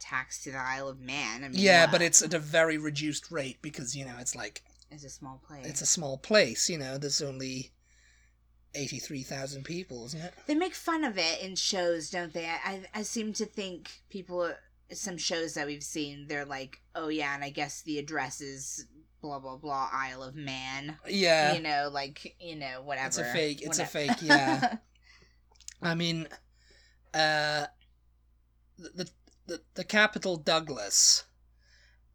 [SPEAKER 2] tax to the Isle of Man. I mean,
[SPEAKER 1] yeah,
[SPEAKER 2] what?
[SPEAKER 1] but it's at a very reduced rate because you know it's like
[SPEAKER 2] it's a small place.
[SPEAKER 1] it's a small place. You know, there's only eighty three thousand people, isn't it?
[SPEAKER 2] They make fun of it in shows, don't they? I, I I seem to think people some shows that we've seen they're like, oh yeah, and I guess the address is blah blah blah Isle of Man.
[SPEAKER 1] Yeah,
[SPEAKER 2] you know, like you know whatever.
[SPEAKER 1] it's a fake. It's a
[SPEAKER 2] whatever.
[SPEAKER 1] fake. Yeah, I mean, uh, the the the, the capital Douglas.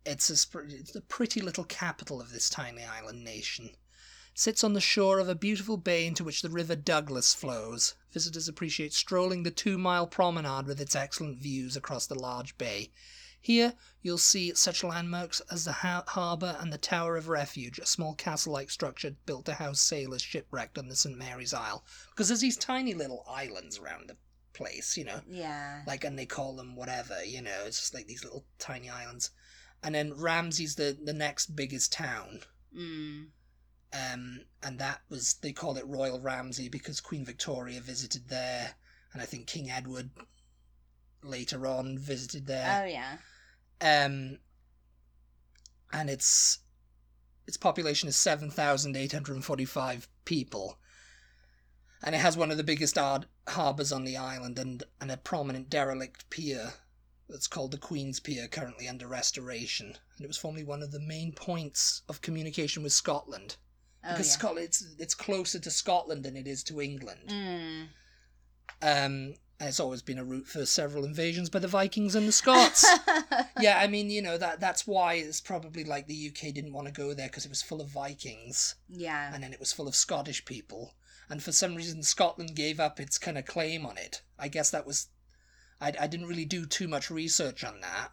[SPEAKER 1] It's a sp- it's the pretty little capital of this tiny island nation. Sits on the shore of a beautiful bay into which the River Douglas flows. Visitors appreciate strolling the two mile promenade with its excellent views across the large bay. Here, you'll see such landmarks as the ha- harbour and the Tower of Refuge, a small castle like structure built to house sailors shipwrecked on the St. Mary's Isle. Because there's these tiny little islands around the place, you know
[SPEAKER 2] yeah.
[SPEAKER 1] like and they call them whatever you know it's just like these little tiny islands and then ramsey's the the next biggest town
[SPEAKER 2] Mm.
[SPEAKER 1] um and that was they call it royal ramsey because queen victoria visited there and i think king edward later on visited
[SPEAKER 2] Oh
[SPEAKER 1] there
[SPEAKER 2] yeah.
[SPEAKER 1] um and it's its population is 7845 people and it has one of the biggest ar- harbours on the island and, and a prominent derelict pier that's called the Queen's Pier, currently under restoration. And it was formerly one of the main points of communication with Scotland.
[SPEAKER 2] Oh
[SPEAKER 1] because
[SPEAKER 2] yeah.
[SPEAKER 1] Scotland, it's, it's closer to Scotland than it is to England.
[SPEAKER 2] Mm.
[SPEAKER 1] Um, and it's always been a route for several invasions by the Vikings and the Scots. yeah, I mean, you know, that that's why it's probably like the UK didn't want to go there because it was full of Vikings
[SPEAKER 2] yeah.
[SPEAKER 1] and then it was full of Scottish people. And for some reason, Scotland gave up its kind of claim on it. I guess that was. I, I didn't really do too much research on that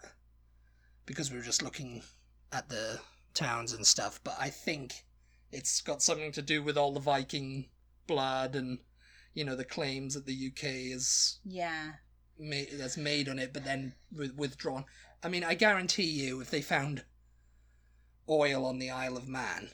[SPEAKER 1] because we were just looking at the towns and stuff, but I think it's got something to do with all the Viking blood and, you know, the claims that the UK is
[SPEAKER 2] Yeah.
[SPEAKER 1] made, that's made on it, but then with, withdrawn. I mean, I guarantee you, if they found oil on the Isle of Man,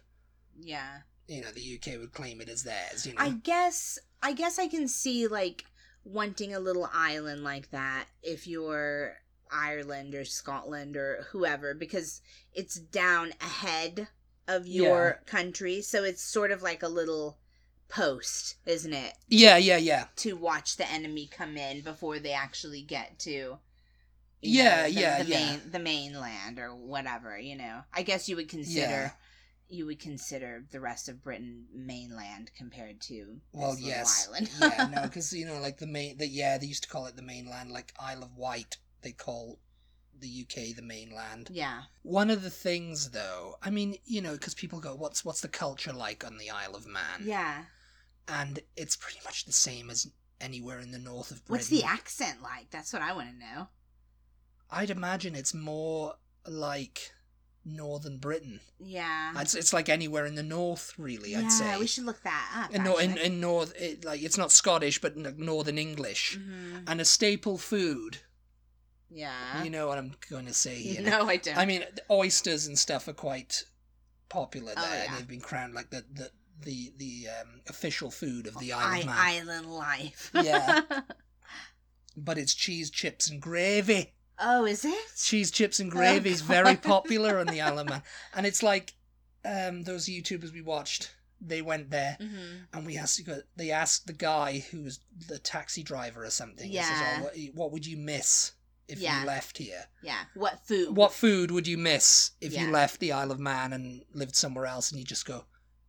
[SPEAKER 2] Yeah.
[SPEAKER 1] you know the UK would claim it as theirs. You know,
[SPEAKER 2] I guess I guess I can see like wanting a little island like that if you're Ireland or Scotland or whoever because it's down ahead of your country so it's sort of like a little post isn't it
[SPEAKER 1] yeah, yeah, yeah,
[SPEAKER 2] to watch the enemy come in before they actually get to you
[SPEAKER 1] Yeah,
[SPEAKER 2] the,
[SPEAKER 1] yeah,
[SPEAKER 2] the
[SPEAKER 1] yeah.
[SPEAKER 2] main the mainland or whatever you know I guess you would consider
[SPEAKER 1] yeah.
[SPEAKER 2] you would consider the rest of Britain mainland compared to
[SPEAKER 1] Well,
[SPEAKER 2] this little
[SPEAKER 1] yes,
[SPEAKER 2] island.
[SPEAKER 1] yeah, no, because you know, like the main, the, yeah, they used to call it the mainland, like Isle of Wight. They call the UK the mainland.
[SPEAKER 2] yeah,
[SPEAKER 1] One of the things, though, I mean, you know, because people go, "What's what's the culture like on the Isle of Man?"
[SPEAKER 2] yeah.
[SPEAKER 1] and it's pretty much the same as anywhere in the north of Britain.
[SPEAKER 2] What's the accent like? That's what I want to know.
[SPEAKER 1] I'd imagine it's more like northern Britain.
[SPEAKER 2] Yeah,
[SPEAKER 1] It's, it's like anywhere in the north, really.
[SPEAKER 2] yeah.
[SPEAKER 1] I'd say.
[SPEAKER 2] we should look that up.
[SPEAKER 1] in, nor- in,
[SPEAKER 2] actually.
[SPEAKER 1] in north it, like it's not scottish but like northern english
[SPEAKER 2] Mhm.
[SPEAKER 1] and a staple food
[SPEAKER 2] Yeah.
[SPEAKER 1] you know what i'm going to say here
[SPEAKER 2] no, I don't.
[SPEAKER 1] i mean the oysters and stuff are quite popular
[SPEAKER 2] Oh,
[SPEAKER 1] there
[SPEAKER 2] yeah.
[SPEAKER 1] they've been crowned like the the the, the um, official food of the
[SPEAKER 2] Oh, I-
[SPEAKER 1] island man
[SPEAKER 2] island life.
[SPEAKER 1] Yeah. but it's cheese, chips, and gravy.
[SPEAKER 2] Oh, is it?
[SPEAKER 1] cheese chips and
[SPEAKER 2] Oh,
[SPEAKER 1] gravy is very
[SPEAKER 2] God.
[SPEAKER 1] popular on the Isle of Man. And it's like um, those YouTubers we watched, they went there
[SPEAKER 2] Mm-hmm.
[SPEAKER 1] and we asked they asked the guy who was the taxi driver or something. he says,
[SPEAKER 2] Yeah.
[SPEAKER 1] "Oh, what, what would you miss if
[SPEAKER 2] Yeah.
[SPEAKER 1] you left here?
[SPEAKER 2] Yeah. What food?
[SPEAKER 1] What food would you miss if
[SPEAKER 2] Yeah.
[SPEAKER 1] you left the Isle of Man and lived somewhere else and you just go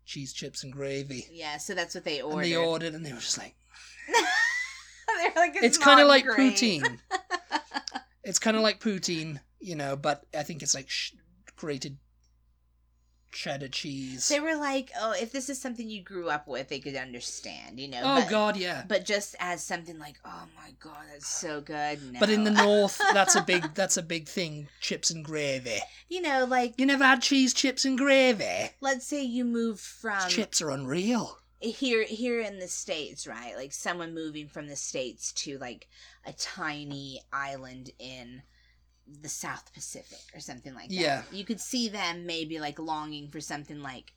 [SPEAKER 1] cheese chips and gravy?
[SPEAKER 2] Yeah. So that's what they ordered.
[SPEAKER 1] And they ordered and they were just like
[SPEAKER 2] They're like,
[SPEAKER 1] it's, kind of
[SPEAKER 2] not
[SPEAKER 1] like
[SPEAKER 2] great."
[SPEAKER 1] poutine. it's kind of like poutine, you know, but I think it's like sh- grated cheddar cheese.
[SPEAKER 2] They were like, oh, if this is something you grew up with, they could understand, you know.
[SPEAKER 1] oh
[SPEAKER 2] but,
[SPEAKER 1] god, yeah.
[SPEAKER 2] But just as something like, oh my god, that's so good. No.
[SPEAKER 1] But in the north, that's a big that's a big thing. Chips and gravy.
[SPEAKER 2] you know, like
[SPEAKER 1] You never had cheese chips and gravy.
[SPEAKER 2] let's say you moved from
[SPEAKER 1] chips are unreal.
[SPEAKER 2] here here in the states right like someone moving from the states to like a tiny island in the south pacific or something like that
[SPEAKER 1] Yeah.
[SPEAKER 2] you could see them maybe like longing for something like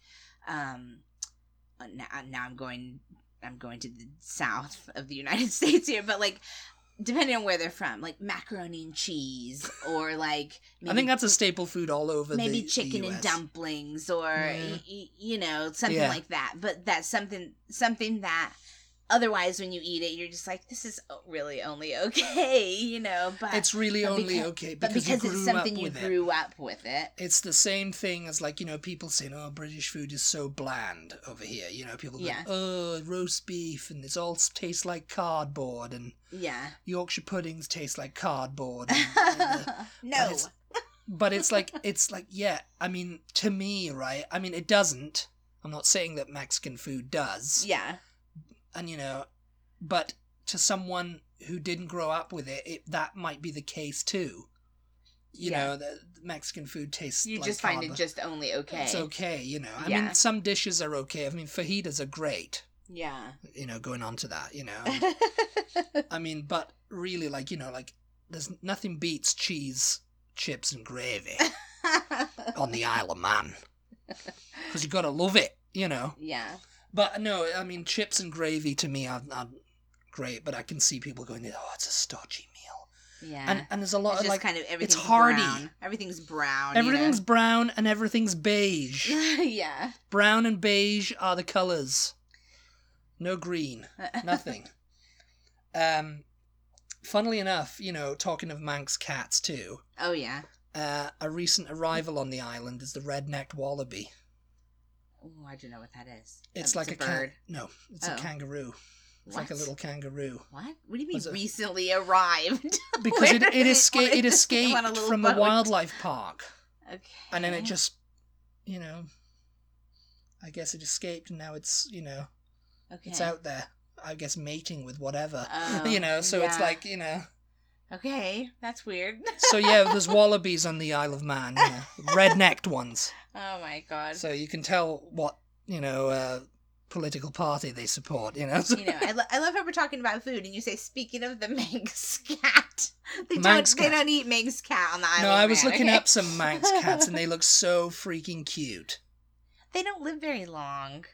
[SPEAKER 2] um uh, now, now i'm going i'm going to the south of the united states here but like depending on where they're from like macaroni and cheese or like
[SPEAKER 1] I think that's a staple food all over
[SPEAKER 2] maybe
[SPEAKER 1] the the
[SPEAKER 2] chicken and
[SPEAKER 1] US.
[SPEAKER 2] dumplings or
[SPEAKER 1] Yeah.
[SPEAKER 2] y- y- you know something
[SPEAKER 1] Yeah.
[SPEAKER 2] like that but that's something something that otherwise when you eat it you're just like this is o- really only okay you know but
[SPEAKER 1] It's really
[SPEAKER 2] but
[SPEAKER 1] only
[SPEAKER 2] because-
[SPEAKER 1] okay
[SPEAKER 2] but
[SPEAKER 1] because,
[SPEAKER 2] because,
[SPEAKER 1] you grew
[SPEAKER 2] it's something
[SPEAKER 1] up
[SPEAKER 2] you
[SPEAKER 1] with it.
[SPEAKER 2] grew up with it
[SPEAKER 1] it's the same thing as like you know people saying oh british food is so bland over here you know people go
[SPEAKER 2] Yeah.
[SPEAKER 1] oh roast beef and it's all s- tastes like cardboard and
[SPEAKER 2] yeah
[SPEAKER 1] yorkshire puddings taste like cardboard and, and, uh,
[SPEAKER 2] no
[SPEAKER 1] it's- but it's like it's like yeah i mean to me right i mean it doesn't i'm not saying that mexican food does
[SPEAKER 2] yeah
[SPEAKER 1] and you know but to someone who didn't grow up with it, it that might be the case too you
[SPEAKER 2] Yeah.
[SPEAKER 1] know the, the mexican food tastes
[SPEAKER 2] you
[SPEAKER 1] like
[SPEAKER 2] just find it
[SPEAKER 1] cardboard.
[SPEAKER 2] just only okay
[SPEAKER 1] It's okay, you know. I
[SPEAKER 2] Yeah.
[SPEAKER 1] mean, some dishes are okay. I mean, fajitas are great,
[SPEAKER 2] yeah
[SPEAKER 1] you know, going on to that, you know. And, I mean, but really, like, you know, like, there's nothing beats cheese, chips, and gravy on the Isle of Man. Because you got to love it, you know.
[SPEAKER 2] yeah
[SPEAKER 1] But no, I mean, chips and gravy to me are, are great, but I can see people going, oh, it's a stodgy meal.
[SPEAKER 2] yeah
[SPEAKER 1] And, and there's a lot
[SPEAKER 2] it's
[SPEAKER 1] of,
[SPEAKER 2] just
[SPEAKER 1] like,
[SPEAKER 2] kind of everything's
[SPEAKER 1] hardy.
[SPEAKER 2] brown. everything's brown you know?
[SPEAKER 1] everything's brown and everything's beige.
[SPEAKER 2] yeah
[SPEAKER 1] Brown and beige are the colours. No green, nothing. um, funnily enough, you know, talking of Manx cats too,
[SPEAKER 2] oh yeah
[SPEAKER 1] uh, a recent arrival on the island is the red-necked wallaby.
[SPEAKER 2] Ooh, I don't know what that is.
[SPEAKER 1] It's
[SPEAKER 2] Um,
[SPEAKER 1] like a,
[SPEAKER 2] bird.
[SPEAKER 1] can- no, it's
[SPEAKER 2] Oh.
[SPEAKER 1] a kangaroo. It's like a
[SPEAKER 2] What?
[SPEAKER 1] little kangaroo
[SPEAKER 2] What? What do you mean
[SPEAKER 1] Was it-
[SPEAKER 2] recently arrived?
[SPEAKER 1] because it
[SPEAKER 2] Where
[SPEAKER 1] it,
[SPEAKER 2] did it-
[SPEAKER 1] esca-
[SPEAKER 2] where
[SPEAKER 1] it
[SPEAKER 2] did it go
[SPEAKER 1] escaped
[SPEAKER 2] on a little
[SPEAKER 1] from
[SPEAKER 2] boat?
[SPEAKER 1] a wildlife park,
[SPEAKER 2] okay.
[SPEAKER 1] and then it just, you know, I guess it escaped, and now it's you know
[SPEAKER 2] okay.
[SPEAKER 1] it's out there. I guess mating with whatever,
[SPEAKER 2] Oh,
[SPEAKER 1] you know. So it's
[SPEAKER 2] yeah.
[SPEAKER 1] like you know.
[SPEAKER 2] Okay, that's weird.
[SPEAKER 1] So yeah, there's wallabies on the Isle of Man, you know, red-necked ones.
[SPEAKER 2] Oh my god.
[SPEAKER 1] So you can tell what you know uh, political party they support. You know,
[SPEAKER 2] you know, I, lo- I love how we're talking about food, and you say, "Speaking of the Manx cat, they
[SPEAKER 1] Manx
[SPEAKER 2] don't
[SPEAKER 1] cat.
[SPEAKER 2] they don't eat Manx cat on the island."
[SPEAKER 1] no, I was
[SPEAKER 2] man,
[SPEAKER 1] looking
[SPEAKER 2] okay?
[SPEAKER 1] up some Manx cats, and they look so freaking cute.
[SPEAKER 2] they don't live very long.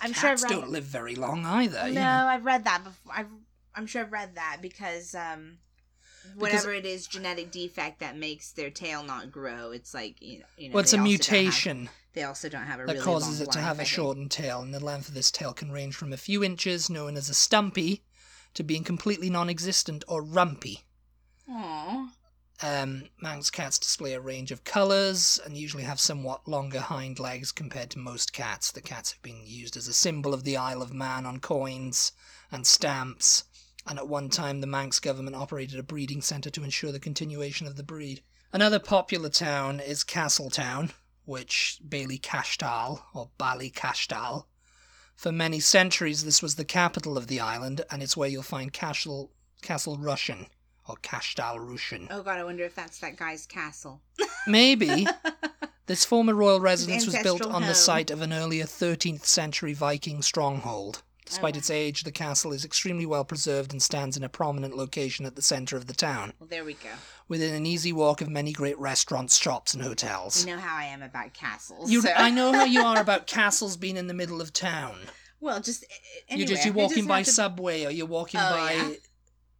[SPEAKER 2] I'm sure
[SPEAKER 1] cats
[SPEAKER 2] I've read-
[SPEAKER 1] don't live very long either.
[SPEAKER 2] no,
[SPEAKER 1] you know.
[SPEAKER 2] I've read that before. I've, I'm sure I've read that because um, whatever it is, genetic defect that makes their tail not grow, it's like you know. You know
[SPEAKER 1] Well, it's
[SPEAKER 2] they
[SPEAKER 1] a
[SPEAKER 2] also don't have-
[SPEAKER 1] mutation
[SPEAKER 2] they also don't have a
[SPEAKER 1] that
[SPEAKER 2] really
[SPEAKER 1] causes
[SPEAKER 2] long
[SPEAKER 1] it to have
[SPEAKER 2] life, I
[SPEAKER 1] a
[SPEAKER 2] think.
[SPEAKER 1] shortened tail, and the length of this tail can range from a few inches, known as a stumpy, to being completely non-existent or rumpy.
[SPEAKER 2] Aw.
[SPEAKER 1] Um, Manx cats display a range of colours and usually have somewhat longer hind legs compared to most cats. The cats have been used as a symbol of the Isle of Man on coins and stamps, and at one time the Manx government operated a breeding centre to ensure the continuation of the breed. Another popular town is Castletown, which Bailey Cashtal, or Bally Cashtal. For many centuries, this was the capital of the island, and it's where you'll find Castle, Castle Russian, or Cashtal Russian.
[SPEAKER 2] Oh god, I wonder if that's that guy's castle.
[SPEAKER 1] Maybe. This former royal residence was built
[SPEAKER 2] ancestral
[SPEAKER 1] on
[SPEAKER 2] home.
[SPEAKER 1] the site of an earlier 13th century Viking stronghold. Despite
[SPEAKER 2] wow.
[SPEAKER 1] its age, the castle is extremely well preserved and stands in a prominent location at the centre of the town,
[SPEAKER 2] Well, there we go.
[SPEAKER 1] within an easy walk of many great restaurants, shops, and hotels.
[SPEAKER 2] You know how I am about castles.
[SPEAKER 1] You,
[SPEAKER 2] so-
[SPEAKER 1] I know how you are about castles being in the middle of town.
[SPEAKER 2] Well, just a- a-
[SPEAKER 1] you're just you're
[SPEAKER 2] anywhere. It
[SPEAKER 1] walking
[SPEAKER 2] doesn't
[SPEAKER 1] by
[SPEAKER 2] have to-
[SPEAKER 1] subway or you're walking
[SPEAKER 2] Oh,
[SPEAKER 1] by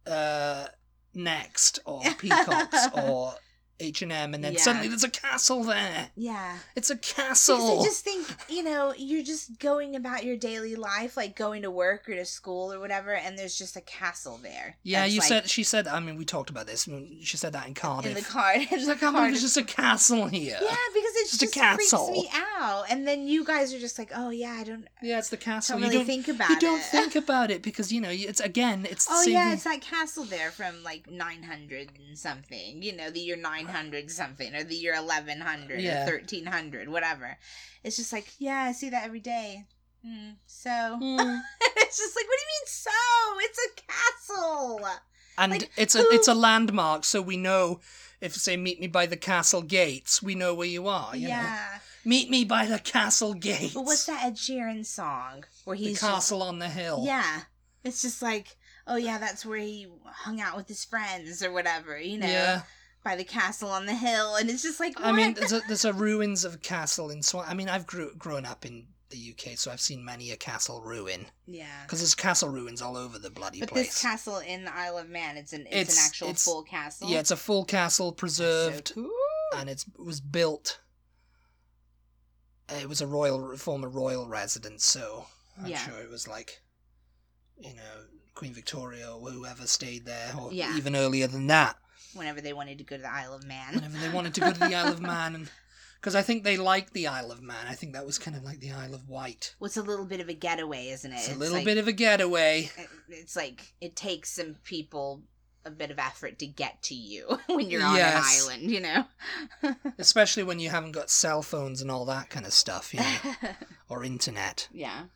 [SPEAKER 2] yeah.
[SPEAKER 1] uh, Next or Peacocks or H and M, and then
[SPEAKER 2] Yeah.
[SPEAKER 1] suddenly there's a castle there.
[SPEAKER 2] Yeah.
[SPEAKER 1] It's a
[SPEAKER 2] Because I
[SPEAKER 1] castle.
[SPEAKER 2] just think, you know, you're just going about your daily life, like going to work or to school or whatever, and there's just a castle there.
[SPEAKER 1] Yeah,
[SPEAKER 2] That's,
[SPEAKER 1] you
[SPEAKER 2] like,
[SPEAKER 1] said she said. I mean, we talked about this. mm, She said that in Cardiff.
[SPEAKER 2] in the card.
[SPEAKER 1] She's like, I can't believe there's just a castle here.
[SPEAKER 2] Yeah, because it
[SPEAKER 1] Just
[SPEAKER 2] just,
[SPEAKER 1] a castle.
[SPEAKER 2] freaks me out. And then you guys are just like, oh yeah, I don't,
[SPEAKER 1] Yeah, it's the castle.
[SPEAKER 2] don't
[SPEAKER 1] you
[SPEAKER 2] really
[SPEAKER 1] don't
[SPEAKER 2] think about
[SPEAKER 1] you don't
[SPEAKER 2] it.
[SPEAKER 1] think about it because you know you- it's again it's the
[SPEAKER 2] Oh
[SPEAKER 1] same
[SPEAKER 2] yeah,
[SPEAKER 1] thing.
[SPEAKER 2] it's that castle there from like 900 and something. You know, the year 900 something or the year 1100
[SPEAKER 1] Yeah.
[SPEAKER 2] or 1300, whatever. It's just like, yeah, I see that every day. Mm, so
[SPEAKER 1] Mm.
[SPEAKER 2] it's just like, what do you mean? So it's a castle.
[SPEAKER 1] and
[SPEAKER 2] Like,
[SPEAKER 1] it's a it's a landmark, so we know if say meet me by the castle gates, we know where you are. You know?
[SPEAKER 2] yeah.
[SPEAKER 1] meet me by the castle gates.
[SPEAKER 2] But what's that Ed Sheeran song where
[SPEAKER 1] The
[SPEAKER 2] he's just
[SPEAKER 1] castle on the hill.
[SPEAKER 2] Yeah. It's just like, oh yeah, that's where he hung out with his friends or whatever, you know,
[SPEAKER 1] Yeah,
[SPEAKER 2] by the castle on the hill. And it's just like,
[SPEAKER 1] I mean,
[SPEAKER 2] what?
[SPEAKER 1] there's a, there's a ruins of a castle in Swan. I mean, I've grew, grown up in the UK, so I've seen many a castle ruin
[SPEAKER 2] yeah.
[SPEAKER 1] because there's castle ruins all over the bloody
[SPEAKER 2] But
[SPEAKER 1] place.
[SPEAKER 2] this castle in the Isle of Man, it's an it's,
[SPEAKER 1] It's-
[SPEAKER 2] an actual
[SPEAKER 1] it's-
[SPEAKER 2] full castle.
[SPEAKER 1] yeah, it's a full castle preserved.
[SPEAKER 2] So cool.
[SPEAKER 1] and it's, it was built. uh, It was a royal former royal residence, so I'm
[SPEAKER 2] Yeah.
[SPEAKER 1] sure it was like, you know, Queen Victoria or whoever stayed there, or
[SPEAKER 2] Yeah.
[SPEAKER 1] even earlier than that.
[SPEAKER 2] Whenever they wanted to go to the Isle of Man.
[SPEAKER 1] Whenever they wanted to go to the Isle of Man, and because I think they liked the Isle of Man, I think that was kind of like the Isle of Wight.
[SPEAKER 2] Well, it's a little bit of a getaway, isn't it?
[SPEAKER 1] It's, a little bit of a getaway.
[SPEAKER 2] it- it's like it takes some people a bit of effort to get to you when you're on
[SPEAKER 1] Yes.
[SPEAKER 2] an island, you know.
[SPEAKER 1] Especially when you haven't got cell phones and all that kind of stuff, you know, or internet,
[SPEAKER 2] yeah.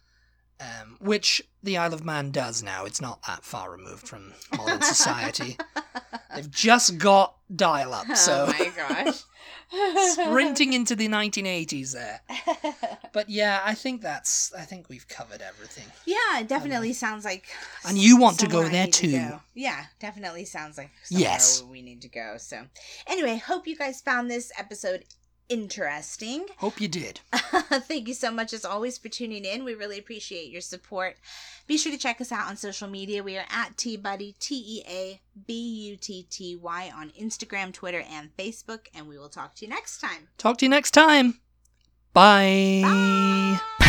[SPEAKER 1] um, which the Isle of Man does now. It's not that far removed from modern society. They've just got dial up, so
[SPEAKER 2] Oh my gosh.
[SPEAKER 1] sprinting into the 1980s there. But yeah, I think that's I think we've covered everything.
[SPEAKER 2] yeah, it definitely sounds like.
[SPEAKER 1] And you want to go
[SPEAKER 2] somewhere I
[SPEAKER 1] there
[SPEAKER 2] need to
[SPEAKER 1] too.
[SPEAKER 2] go. Yeah, definitely sounds like somewhere
[SPEAKER 1] Yes.
[SPEAKER 2] yes. we need to go. So, anyway, hope you guys found this episode interesting.
[SPEAKER 1] Hope you did.
[SPEAKER 2] Thank you so much, as always, for tuning in. We really appreciate your support. Be sure to check us out on social media. We are at T Buddy, T E A B U T T Y, on Instagram, Twitter, and Facebook. And we will talk to you next time.
[SPEAKER 1] Talk to you next time. Bye.
[SPEAKER 2] Bye.